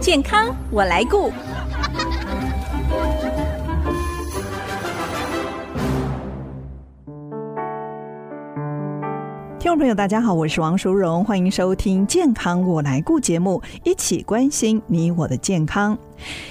健康我来顾。听众朋友，大家好，我是王淑荣，欢迎收听《健康我来顾》节目，一起关心你我的健康。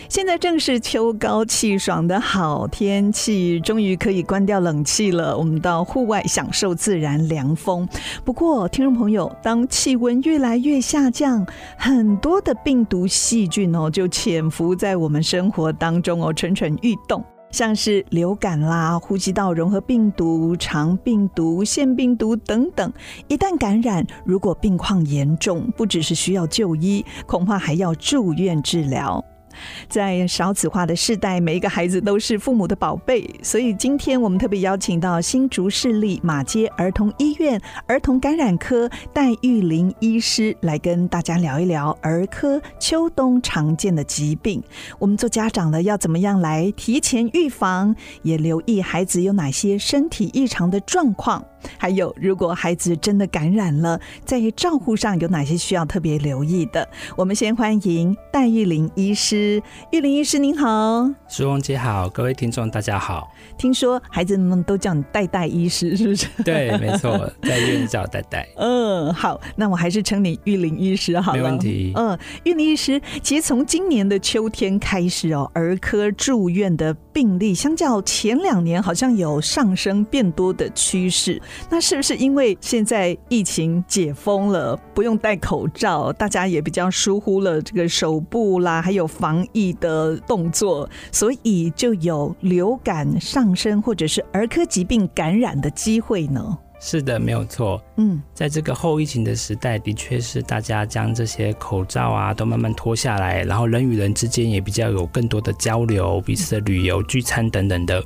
现在正是秋高气爽的好天气，终于可以关掉冷气了。我们到户外享受自然凉风。不过，听众朋友，当气温越来越下降，很多的病毒细菌哦，就潜伏在我们生活当中哦，蠢蠢欲动。像是流感啦、呼吸道融合病毒、肠病毒、腺病毒等等，一旦感染，如果病况严重，不只是需要就医，恐怕还要住院治疗。在少子化的世代，每一个孩子都是父母的宝贝，所以今天我们特别邀请到新竹市立马街儿童医院儿童感染科戴玉玲医师来跟大家聊一聊儿科秋冬常见的疾病。我们做家长的要怎么样来提前预防，也留意孩子有哪些身体异常的状况，还有如果孩子真的感染了，在照护上有哪些需要特别留意的。我们先欢迎戴玉玲医师，玉玲医师您好。苏荣姐好，各位听众大家好。 听说孩子们都叫你戴戴医师，是不是？对，没错，在医院叫戴戴。嗯，好，那我还是称你玉玲医师好了。没问题嗯，玉玲医师，其实从今年的秋天开始哦，儿科住院的病例相较前两年好像有上升变多的趋势。那是不是因为现在疫情解封了，不用戴口罩，大家也比较疏忽了这个手部啦，还有防疫的动作，所以就有流感上升或者是儿科疾病感染的机会呢？是的，没有错。嗯，在这个后疫情的时代，的确是大家将这些口罩啊都慢慢脱下来，然后人与人之间也比较有更多的交流，彼此的旅游、聚餐等等的，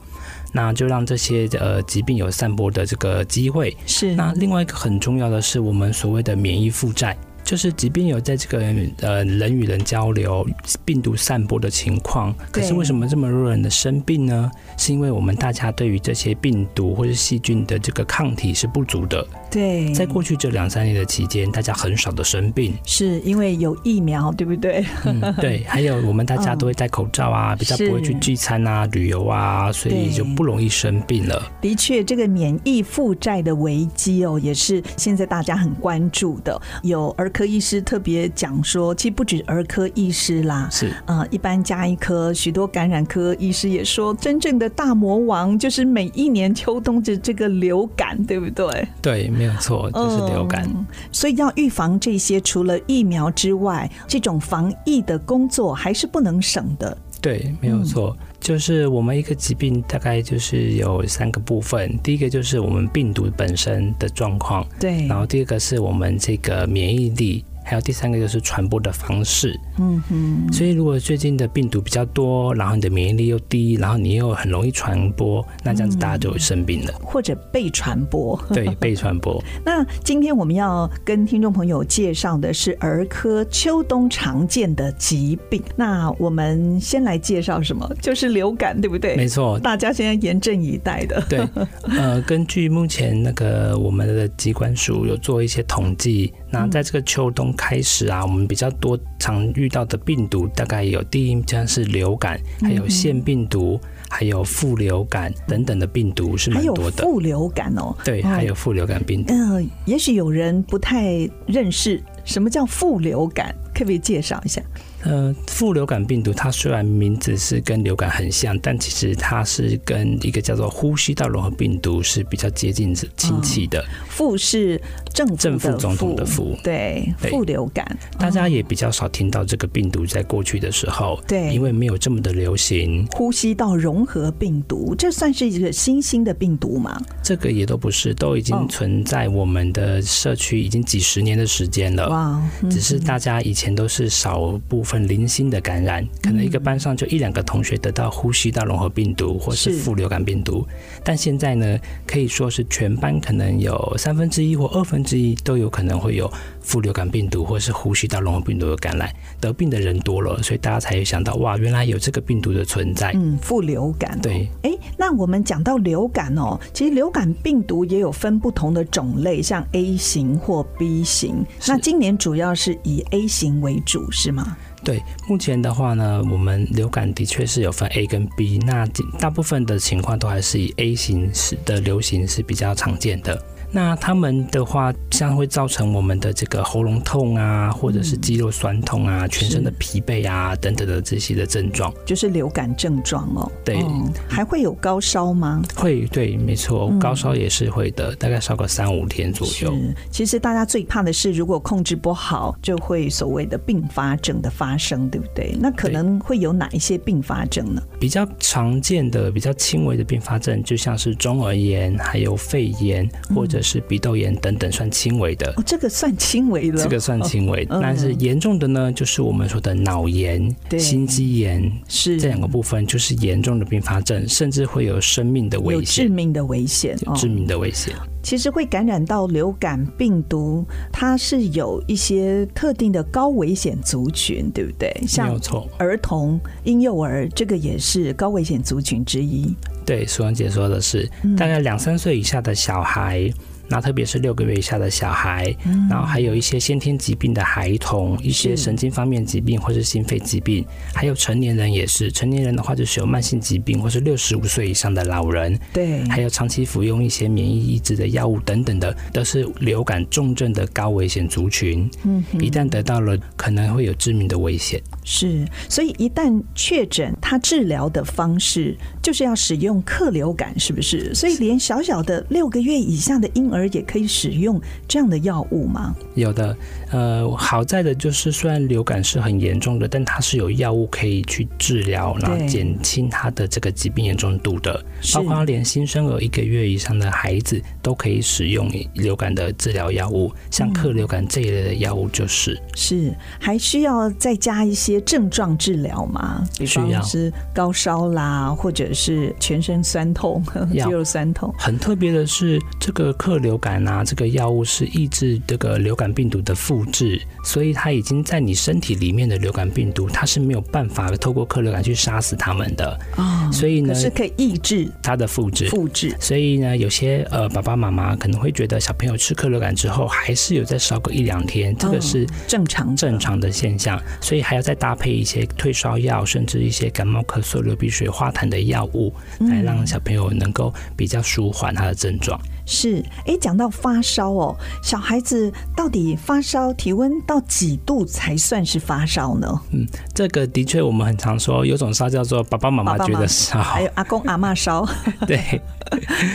那就让这些呃疾病有散播的这个机会。是那另外一个很重要的是，我们所谓的免疫负债，就是即便有在这个呃人与人交流、病毒散播的情况，可对是为什么这么多人的生病呢？是因为我们大家对于这些病毒或是细菌的这个抗体是不足的。对，，在过去这两三年的期间，大家很少的生病是因为有疫苗，对不对？嗯，对，还有我们大家都会戴口罩啊，比较不会去是聚餐啊、旅游啊，所对以就不容易生病了。的确，这个免疫负债的危机哦，也是现在大家很关注的。有儿科医师特别讲说，其实不止儿科医师啦。是，呃，一般加一科，许多感染科医师也说，真正的大魔王就是每一年秋冬的这个流感，对不对？对，没有错，就是流感。嗯所以要预防这些，除了疫苗之外，这种防疫的工作还是不能省的。对，没嗯有错，就是我们一个疾病大概就是有三个部分，第一个就是我们病毒本身的状况，对然后第二个是我们这个免疫力。还有第三个就是传播的方式，嗯哼，所以如果最近的病毒比较多，然后你的免疫力又低，然后你又很容易传播，那这样子大家就会生病了，或者被传播。对，被传播。那今天我们要跟听众朋友介绍的是儿科秋冬常见的疾病。那我们先来介绍什么？就是流感，对不 对？没错，大家现在严阵以待的。对，呃，根据目前那个我们的疾管署有做一些统计，那嗯在这个秋冬开始啊，我们比较多常遇到的病毒，大概有第一像是流感，嗯还有腺病毒，还有副流感等等的病毒是还蛮有多的。副流感哦。对，还有副流感病毒。嗯、也许有人不太认识什么叫副流感，可不可以介绍一下？呃，副流感病毒它虽然名字是跟流感很像，但其实它是跟一个叫做呼吸道融合病毒是比较接近哦亲戚的。副是政府的正副总统的副对，对副流感。大家也比较少听到这个病毒在过去的时候，对因为没有这么的流行，呼吸道融合病毒，这算是一个新兴的病毒吗？这个也都不是，都已哦经存在我们的社区已经几十年的时间了。哇，嗯只是大家以前都是少部分零星的嗯感染，可能一个班上就一两个同学得到呼吸道融合病毒或是是副流感病毒，但现在呢，可以说是全班可能有三分之一或二分之一都有可能会有副流感病毒或是呼吸道融合病毒的感染，得病的人多了，所以大家才想到哇，原来有这个病毒的存在。嗯，副流感、哦。对，哎，那我们讲到流感哦，其实流感病毒也有分不同的种类，像 A 型或 B 型。是那今年主要是以 A 型为主，是吗？对，目前的话呢，我们流感的确是有分 A 跟 B，那大部分的情况都还是以 A 型是的流行是比较常见的。那他们的话，像会造成我们的这个喉咙痛啊，或者是肌肉酸痛啊，嗯全身的疲惫啊等等的这些的症状，就是流感症状哦。对哦还会有高烧吗？会对，没错嗯，高烧也是会的，大概烧个三五天左右。是，其实大家最怕的是，如果控制不好，就会所谓的并发症的发生，对不对？那可对能会有哪一些并发症呢？比较常见的、比较轻微的并发症，就像是中耳炎、还有肺炎嗯或者是鼻窦炎等等，算轻微的。哦，这个算轻微了，这个算轻微，嗯但是严重的呢，就是我们说的脑炎对、心肌炎是这两个部分，就是严重的并发症，甚至会有生命的有危致险，命的危险哦有致。命的危险。其实会感染到流感病毒，它是有一些特定的高危险族群，对不对？没像有错，儿童、婴幼儿，这个也是高危险族群之一。对，苏文姐说的是，嗯大概两三岁以下的小孩。那特别是六个月以下的小孩，然后还有一些先天疾病的孩童，一些嗯是神经方面疾病或是心肺疾病，还有成年人也是。成年人的话就是有慢性疾病，或是六十五岁以上的老人，对，还有长期服用一些免疫抑制的药物等等的，都是流感重症的高危险族群。嗯哼一旦得到了，可能会有致命的危险。是，所以一旦确诊，它治疗的方式就是要使用克流感，是不是？所以连小小的六个月以下的婴儿也可以使用这样的药物吗？有的，呃，好在的就是，虽然流感是很严重的，但它是有药物可以去治疗，然后对减轻它的这个疾病严重度的。是包括连新生儿一个月以上的孩子都可以使用流感的治疗药物，嗯像克流感这一类的药物就是。是，还需要再加一些症状治疗吗？比需要方是高烧啦，或者是全身酸痛、肌 要肉酸痛。很特别的是，这个克流感啊，这个药物是抑制这个流感病毒的复制，所以它已经在你身体里面的流感病毒，它是没有办法透过克流感去杀死它们的，啊、所以呢可，是可以抑制它的复制。复制。所以呢，有些呃爸爸妈妈可能会觉得小朋友吃克流感之后，还是有再烧个一两天，这个嗯是正常的正常的现象，所以还要再搭配一些退烧药，甚至一些感冒、咳嗽、流鼻水、化痰的药物，来让嗯小朋友能够比较舒缓他的症状。是，诶，讲到发烧哦，小孩子到底发烧体温到几度才算是发烧呢？嗯这个的确，我们很常说，有种烧叫做爸爸妈妈觉哎得烧。还有阿公阿嬷烧， 对，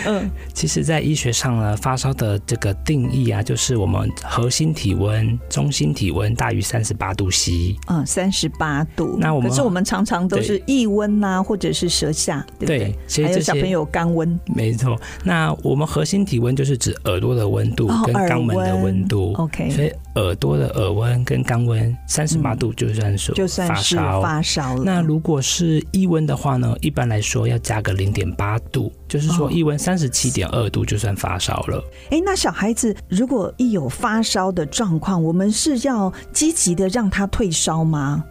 嗯，其实，在医学上呢，发烧的这个定义啊，就是我们核心体温、中心体温大于三十八度 C。嗯，三十八度。那我们可是我们常常都是腋温呐、或者是舌下，对不对？对其实还有这小些朋友肛温，没错，那我们核心体温就是指耳朵的温度哦跟耳肛门的温度。所，OK，以耳朵的耳温跟肛温三十八度嗯就算是就算发是烧。发烧了。那如果是腋温的话呢，一般来说要加个零点八度，就是哦说腋温三十七点二度就算发烧了。诶，那小孩子如果一有发烧的状况，我们是要积极的让他退烧吗？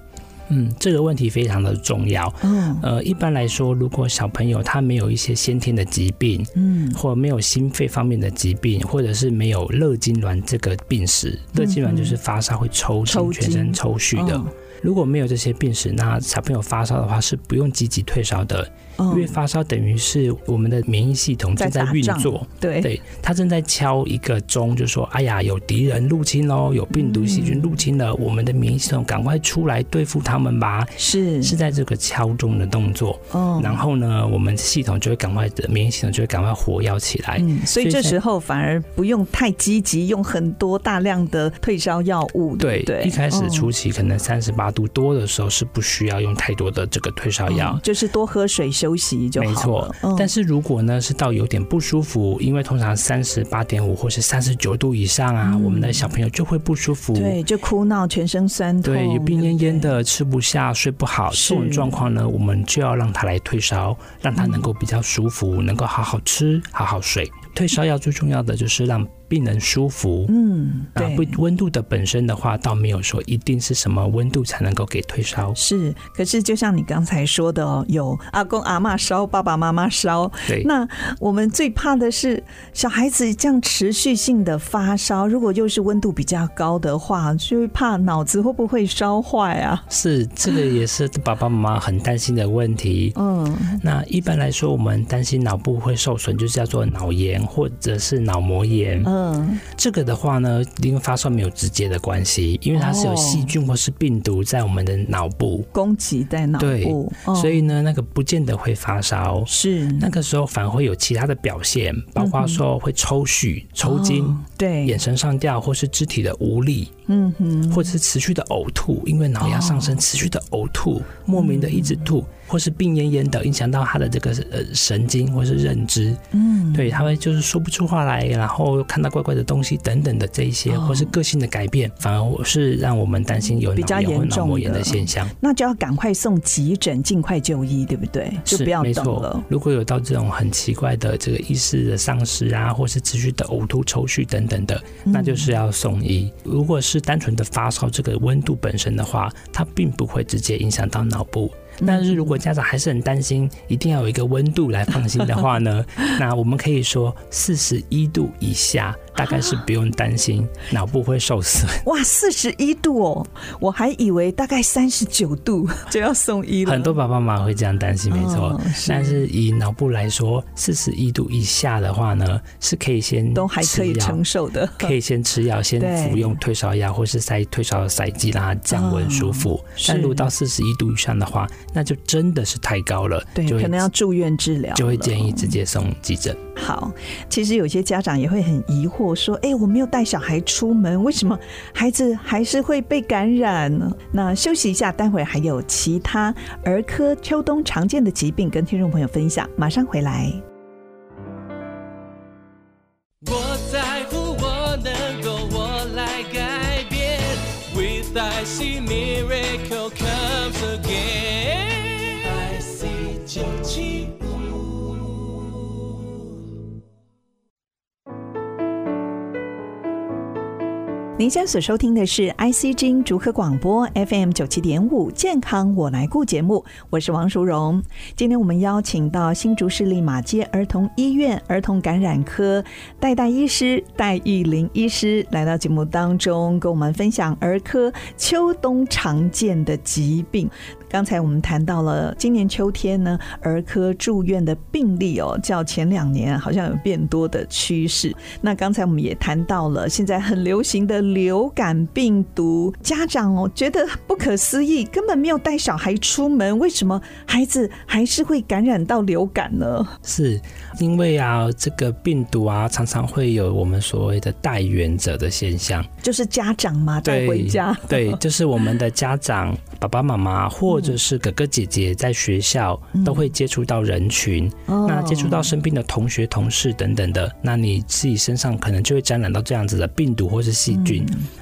嗯，这个问题非常的重要。嗯呃，一般来说，如果小朋友他没有一些先天的疾病，嗯，或没有心肺方面的疾病，或者是没有热痉挛这个病史，热痉挛就是发烧会抽嗯抽筋、筋全身抽搐的嗯。如果没有这些病史，那小朋友发烧的话是不用积极退烧的，因为嗯，发烧等于是我们的免疫系统正在在打运仗作。对对，他正在敲一个钟，就说：“哎呀，有敌人入侵喽，有病毒细嗯菌入侵了，我们的免疫系统赶快出来对付他们吧。”嗯是是在这个敲钟的动作，嗯然后呢，我们系统就会赶快，免疫系统就会赶快活跃起来。嗯，所以所这以在时候反而不用太积极，用很多大量的退烧药物，对对不，对，一开始嗯初期可能三十八度多的时候是不需要用太多的这个退烧药嗯，就是多喝水休息就好没错了。嗯但是如果呢是到有点不舒服，因为通常三十八点五或是三十九度以上啊，我们的小朋友就会不舒服。嗯对，就哭闹，全身酸痛，对，有病对恹不对恹。的，吃不下，睡不好，是这种状况呢，我们就要让他来退烧，让他能够比较舒服，能够好好吃，好好睡。退烧药最重要的就是让病人舒服。嗯，啊，对不，，温度的本身的话，倒没有说一定是什么温度才能够给退烧。是。可是就像你刚才说的哦，有阿公阿嬷烧，爸爸妈妈烧。对，那我们最怕的是小孩子这样持续性的发烧，如果又是温度比较高的话，就会怕脑子会不会烧坏啊？是这个也是爸爸妈妈很担心的问题。嗯，那一般来说，我们担心脑部会受损，就叫做脑炎或者是脑膜炎。嗯，这个的话呢，跟发烧没有直接的关系，因为它是有哦细菌或是病毒在我们的脑部，攻击在脑对部，嗯所以呢，那个不见得会发烧。是嗯那个时候反而会有其他的表现，包括说会抽搐、抽筋、哦对眼，神上吊，或是肢体的无力，嗯哼，或者是持续的呕吐，因为脑压上升，持续的呕吐，莫名的一直嗯吐，或是病恹恹的，影响到他的这个呃神经或是认知，嗯，对，他会就是说不出话来，然后看到怪怪的东西等等的这一些，哦或是个性的改变，反而是让我们担心有比较脑炎或严重脑膜炎的的现象。那就要赶快送急诊，尽快就医，对不对？就是不要没等了错。。如果有到这种很奇怪的这个意识的丧失啊，或是持续的呕吐、抽搐等等的，嗯那就是要送医。如果是单纯的发烧，这个温度本身的话，它并不会直接影响到脑部。嗯但是如果家长还是很担心，一定要有一个温度来放心的 话呢，那我们可以说四十一度以下，大概是不用 担心脑部会受损。哇，四十一度哦，我还以为大概三十九度就要送医了。很多爸爸妈妈会这样担心，没错。哦是但是以脑部来说，四十一度以下的话呢，是可以先都还可以吃药承受的，嗯可以先吃药，先对服用退烧药或是塞退烧的塞剂，让它降温舒服。哦是但如果到四十一度以上的话，那就真的是太高了， 对，就会可能要住院治疗了，就会建议直接送急诊。好，其实有些家长也会很疑惑，说：“哎，我没有带小孩出门，为什么孩子还是会被感染呢？”那休息一下，待会还有其他儿科秋冬常见的疾病跟听众朋友分享，马上回来。我在乎，我能够，我来改变。With I see miracle comes again。I see 九七您现在所收听的是 IC 之音竹科广播 FM 九七点五健康我来顾节目，我是王淑荣。今天我们邀请到新竹市立马街儿童医院儿童感染科戴戴医师戴玉玲医师来到节目当中，跟我们分享儿科秋冬常见的疾病。刚才我们谈到了今年秋天呢，儿科住院的病例哦，较前两年好像有变多的趋势。那刚才我们也谈到了现在很流行的流感病毒，家长哦觉得不可思议，根本没有带小孩出门，为什么孩子还是会感染到流感呢？ 是因为啊，这个病毒啊，常常会有我们所谓的带源者的现象。就是家长嘛，带对，回家， 对，就是我们的家长、爸爸妈妈或者是哥哥姐姐在学校、都会接触到人群，嗯哦那接触到生病的同学、同事等等的，那你自己身上可能就会沾染到这样子的病毒或是细菌。嗯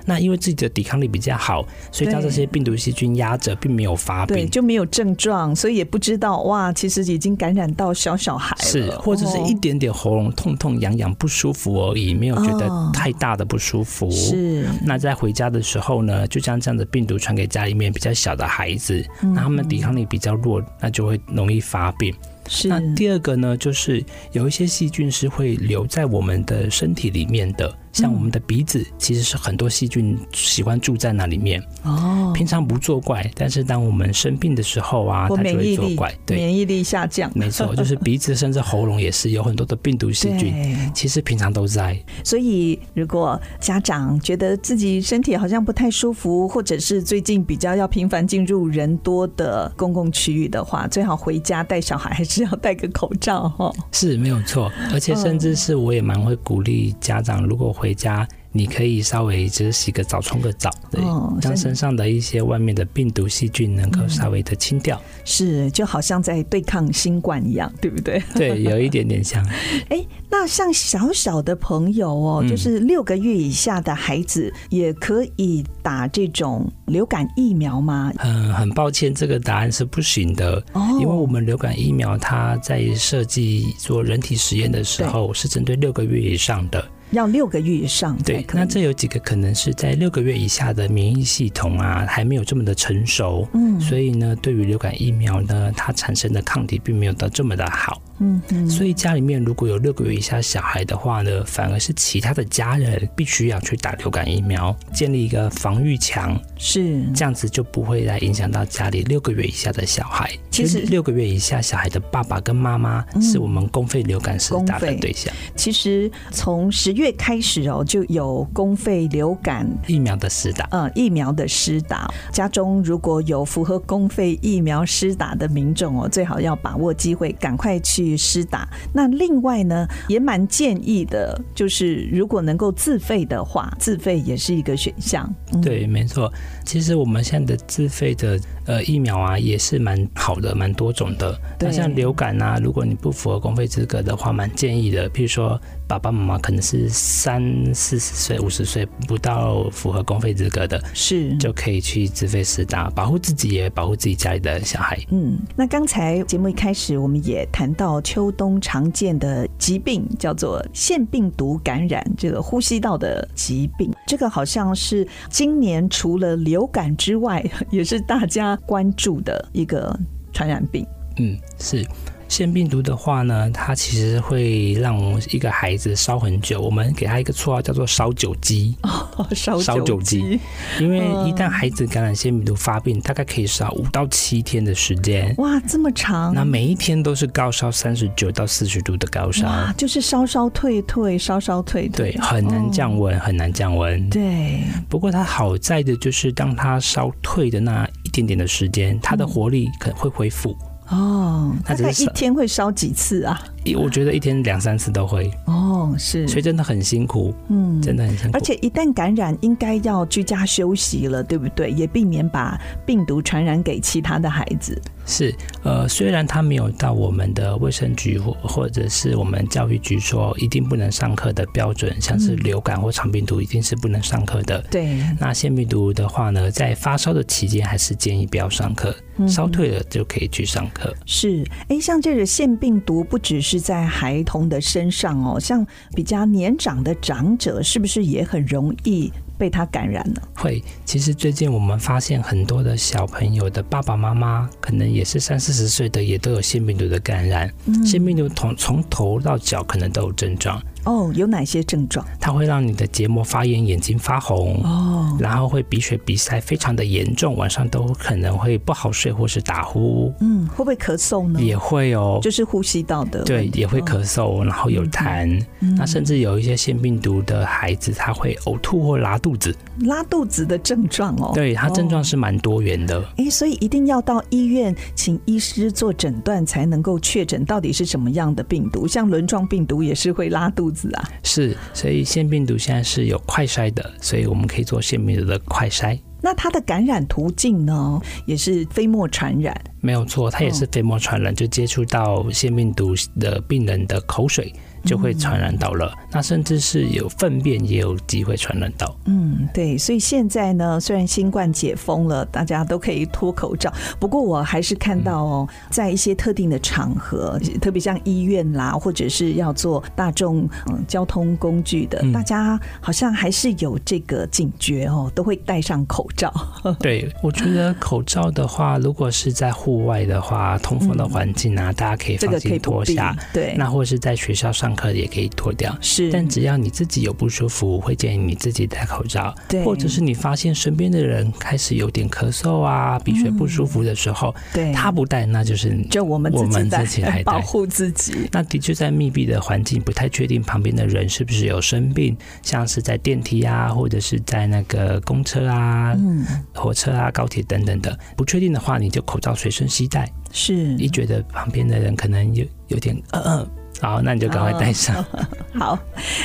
那因为自己的抵抗力比较好，所以当这些病毒细菌压着，并没有发对病。就没有症状，所以也不知道哇，其实已经感染到小小孩了，是，或者是一哦点点喉咙痛痛痒痒不舒服而已，没有觉哦得太大的不舒服。是那在回家的时候呢，就将这样的病毒传给家里面比较小的孩子，嗯那他们抵抗力比较弱，那就会容易发病。是那第二个呢，就是有一些细菌是会留在我们的身体里面的，像我们的鼻子，其实是很多细菌喜欢住在那里面，哦，平常不作怪，但是当我们生病的时候啊，我它就免会疫作力怪。对，免疫力下降，没错，就是鼻子甚至喉咙也是有很多的病毒细 菌。对其实平常都在，所以，如果家长觉得自己身体好像不太舒服，或者是最近比较要频繁进入人多的公共区域的话，最好回家带小孩还是要戴个口罩哦。是没有错，而且甚至是我也蛮会鼓励家长，如果回家，你可以稍微就是洗个澡、冲个澡，对，哦让真身上的一些外面的病毒细菌能够稍微的清掉。是就好像在对抗新冠一样，对不对？对，有一点点像。哎，那像小小的朋友哦，嗯就是六个月以下的孩子，也可以打这种流感疫苗吗？嗯，很抱歉，这个答案是不行的。哦因为我们流感疫苗它在设计做人体实验的时候，是针对六个月以上的。要六个月以上才对，可以那这有几个可能是在六个月以下的免疫系统啊，还没有这么的成熟，嗯所以呢，对于流感疫苗呢，它产生的抗体并没有到这么的好。嗯嗯所以家里面如果有六个月以下小孩的话呢，反而是其他的家人必须要去打流感疫苗，建立一个防御墙，是这样子就不会来影响到家里六个月以下的小孩。其实因为六个月以下小孩的爸爸跟妈妈嗯是我们公费流感时打公的费对象， 其实从十月开始哦，就有公费流感疫苗的时打。呃疫苗的施打。家中如果有符合公费疫苗施打的民众哦，最好要把握机会，赶快去施打。那另外呢，也蛮建议的，就是如果能够自费的话，自费也是一个选项。嗯，对，没错。其实我们现在的自费的呃疫苗啊，也是蛮好的，蛮多种的。对那像流感啊，如果你不符合公费资格的话，蛮建议的。譬如说，爸爸妈妈可能是三四十岁、五十岁不到符合公费资格的，是。就可以去自费施打，保护自己也保护自己家里的小孩。嗯，那刚才节目一开始，我们也谈到秋冬常见的疾病叫做腺病毒感染，这个呼吸道的疾病，这个好像是今年除了流感之外，也是大家关注的一个传染病。 嗯，是。腺病毒的话呢，它其实会让一个孩子烧很久，我们给他一个绰号叫做“烧酒鸡”。哦，烧烧酒鸡鸡，因为嗯一旦孩子感染腺病毒发病，大概可以烧五到七天的时间。哇，这么长那。每一天都是高烧三十九到四十度的高烧，哇，就是烧烧退退，烧烧退退，对，很难降温，很难降温。对，不过它好在的就是，当它烧退的那一点点的时间，它的活力可能会恢复。哦，大那只是概一烧天会烧几次啊？一我觉得一天两三次都会，哦，是，所以真的很辛苦，嗯真的很辛苦而。且一旦感染，应该要居家休息了，对不对？也避免把病毒传染给其他的孩子。是，呃，虽然他没有到我们的卫生局或或者是我们教育局说一定不能上课的标准，像是流感或肠病毒一定是不能上课的。对，那腺病毒的话呢，在发烧的期间还是建议不要上课，烧退了就可以去上课。是。哎，像这个腺病毒不只是在孩童的身上哦，像比较年长的长者，是不是也很容易被它感染呢？会，其实最近我们发现很多的小朋友的爸爸妈妈，可能也是三四十岁的，也都有腺病毒的感染。腺病毒从从头到脚可能都有症状，哦，有哪些症状？它会让你的结膜发炎、眼睛发红，哦，然后会鼻血、鼻塞非常的严重，晚上都可能会不好睡或是打呼，嗯，会不会咳嗽呢？也会哦，就是呼吸道的。对，，也会咳嗽，然后有痰，那甚至有一些腺病毒的孩子，他会呕吐或拉肚子，拉肚子的症状哦。对，他症状是蛮多元的。诶，所以一定要到医院请医师做诊断，才能够确诊到底是什么样的病毒。像轮状病毒也是会拉肚子啊。是，所以腺病毒现在是有快筛的，所以我们可以做腺病毒的快筛。那它的感染途径呢，也是飞沫传染。没有错，它也是飞沫传染，就接触到腺病毒的病人的口水就会传染到了，那甚至是有粪便也有机会传染到。嗯，对。所以现在呢，虽然新冠解封了，大家都可以脱口罩，不过我还是看到哦，在一些特定的场合，特别像医院啦，或者是要做大众嗯交通工具的，嗯大家好像还是有这个警觉哦，都会戴上口罩。对，我觉得口罩的话，如果是在户外的话，通风的环境啊，大家可以这放个可以心不脱必下。，对，那或是在学校上课也可以脱掉。是，但只要你自己有不舒服，我会建议你自己戴口罩。对或者是你发现身边的人开始有点咳嗽啊、鼻血不舒服的时候，嗯对他不戴，那就是就我们我自己们在 自己来保戴。护自己，那的确，在密闭的环境，不太确定旁边的人是不是有生病，像是在电梯啊，或者是在那个公车啊、嗯，火车啊、高铁等等的，不确定的话，你就口罩随身携带。是一觉得旁边的人可能有有点呃呃好，那你就赶快戴哦上。好，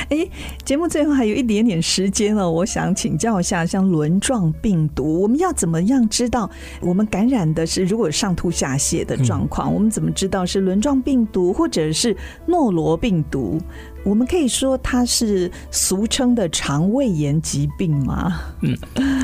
哎，节目最后还有一点点时间了，我想请教一下，像轮状病毒，我们要怎么样知道我们感染的是如果上吐下泻嗯的状况，我们怎么知道是轮状病毒或者是诺罗病毒？我们可以说它是俗称的肠胃炎疾病吗？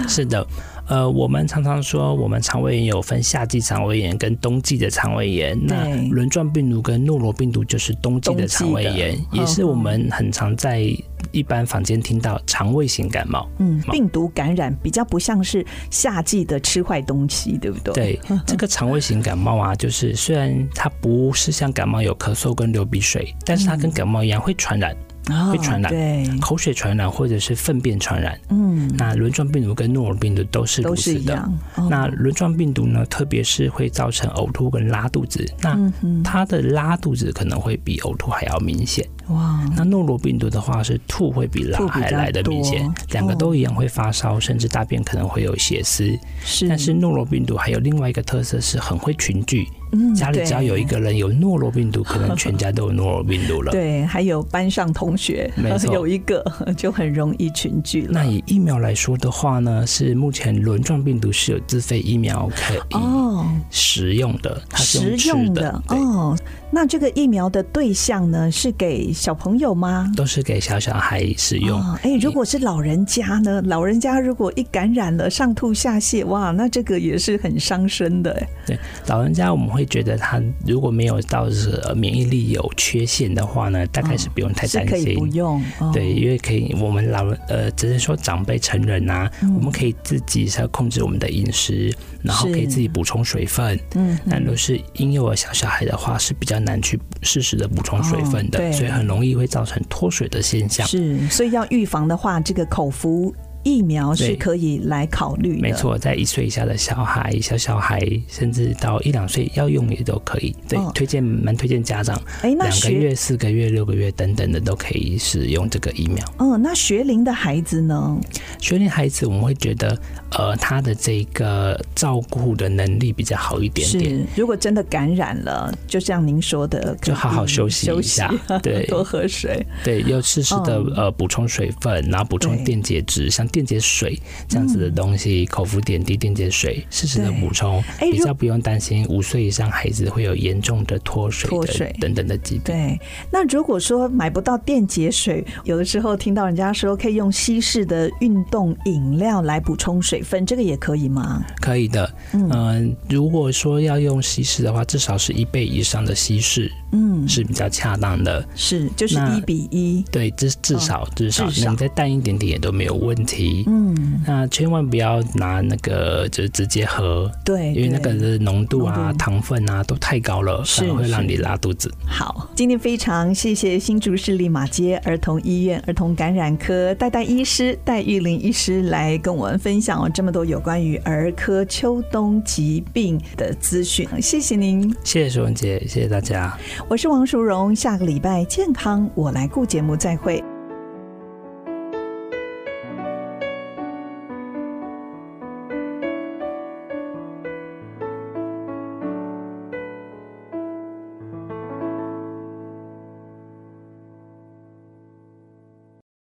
是的，呃，我们常常说，我们肠胃炎有分夏季肠胃炎跟冬季的肠胃炎。那对轮状病毒跟诺罗病毒就是冬季的肠胃炎冬季，的也是我们很常在一般房间听到肠胃型感冒。嗯，病毒感染比较不像是夏季的吃坏东西，对不对？ 对，这个肠胃型感冒啊，就是虽然它不是像感冒有咳嗽跟流鼻水，但是它跟感冒一样会传染，哦会传染对，嗯口水传染或者是粪便传染。嗯，那轮状病毒跟诺罗病毒都是如都此是一的。样。哦那轮状病毒呢，特别是会造成呕吐跟拉肚子。那嗯它的拉肚子可能会比呕吐还要明显。嗯哇，那诺罗病毒的话是吐会比拉吐比较还来的明显多，两个都一样会发烧，甚至大便可能会有血丝。是，但是诺罗病毒还有另外一个特色是很会群聚，嗯家里对只要有一个人有诺罗病毒，可能全家都有诺罗病毒 了。对，还有班上同学没 错有一个就很容易群聚了。那以疫苗来说的话呢，是目前轮状病毒是有自费疫苗可以哦，食用的，它是食用吃用的，对，哦，那这个疫苗的对象呢是给小朋友吗？都是给小小孩使用。哦哎、如果是老人家呢？老人家如果一感染了上吐下泻，哇，那这个也是很伤身的。哎对老人家，我们会觉得他如果没有到是呃免疫力有缺陷的话呢，大概是不用太是担可以心。不用。哦、对，，因为可以，我们老人呃，只是说长辈、成人啊，嗯我们可以自己是要控制我们的饮食，然后是可以自己补充水分。嗯，那如果是婴幼儿、小小孩的话，是比较难去适时的补充水分哦的，对所以很容易会造成脱水的现象。是，所以要预防的话，这个口服疫苗是对可以来考虑的。没错，在一岁以下的小孩、小小孩，甚至到一两岁要用也都可以。对，哦推荐蛮推荐家长哎，那两个学月、四个月、六个月等等的都可以使用这个疫苗。嗯，那学龄的孩子呢？学龄孩子，我们会觉得，呃，他的这个照顾的能力比较好一点点，是，如果真的感染了，就像您说的，就好好可以休息一下休息对 多喝水。对，要适时的、嗯呃补充水分，然后补充对嗯电解质，像电解水这样子的东西，口服点滴、电解水，适时的对补充，哎比如较不用担心五岁以上孩子会有严重的脱水脱的水等等的疾病。对，那如果说买不到电解水，有的时候听到人家说可以用稀释的运动饮料来补充水分，这个也可以吗？可以的，嗯、如果说要用稀释的话，至少是一倍以上的稀释嗯，是比较恰当的。是，就是那一比一。对，至至少、至少，嗯至少那你再淡一点点也都没有问题。嗯，那千万不要拿那个就是直接喝，对，因为那对个的浓度啊、浓度糖分啊都太高了，是反而会让是你拉肚子。好，今天非常谢谢新竹市立马街儿童医院儿童感染科戴戴医师戴玉玲医师来跟我们分享哦这么多有关于儿科秋冬疾病的资讯，谢谢您。谢谢舒文姐，谢谢大家。我是王淑荣，下个礼拜健康我来顾节目再会。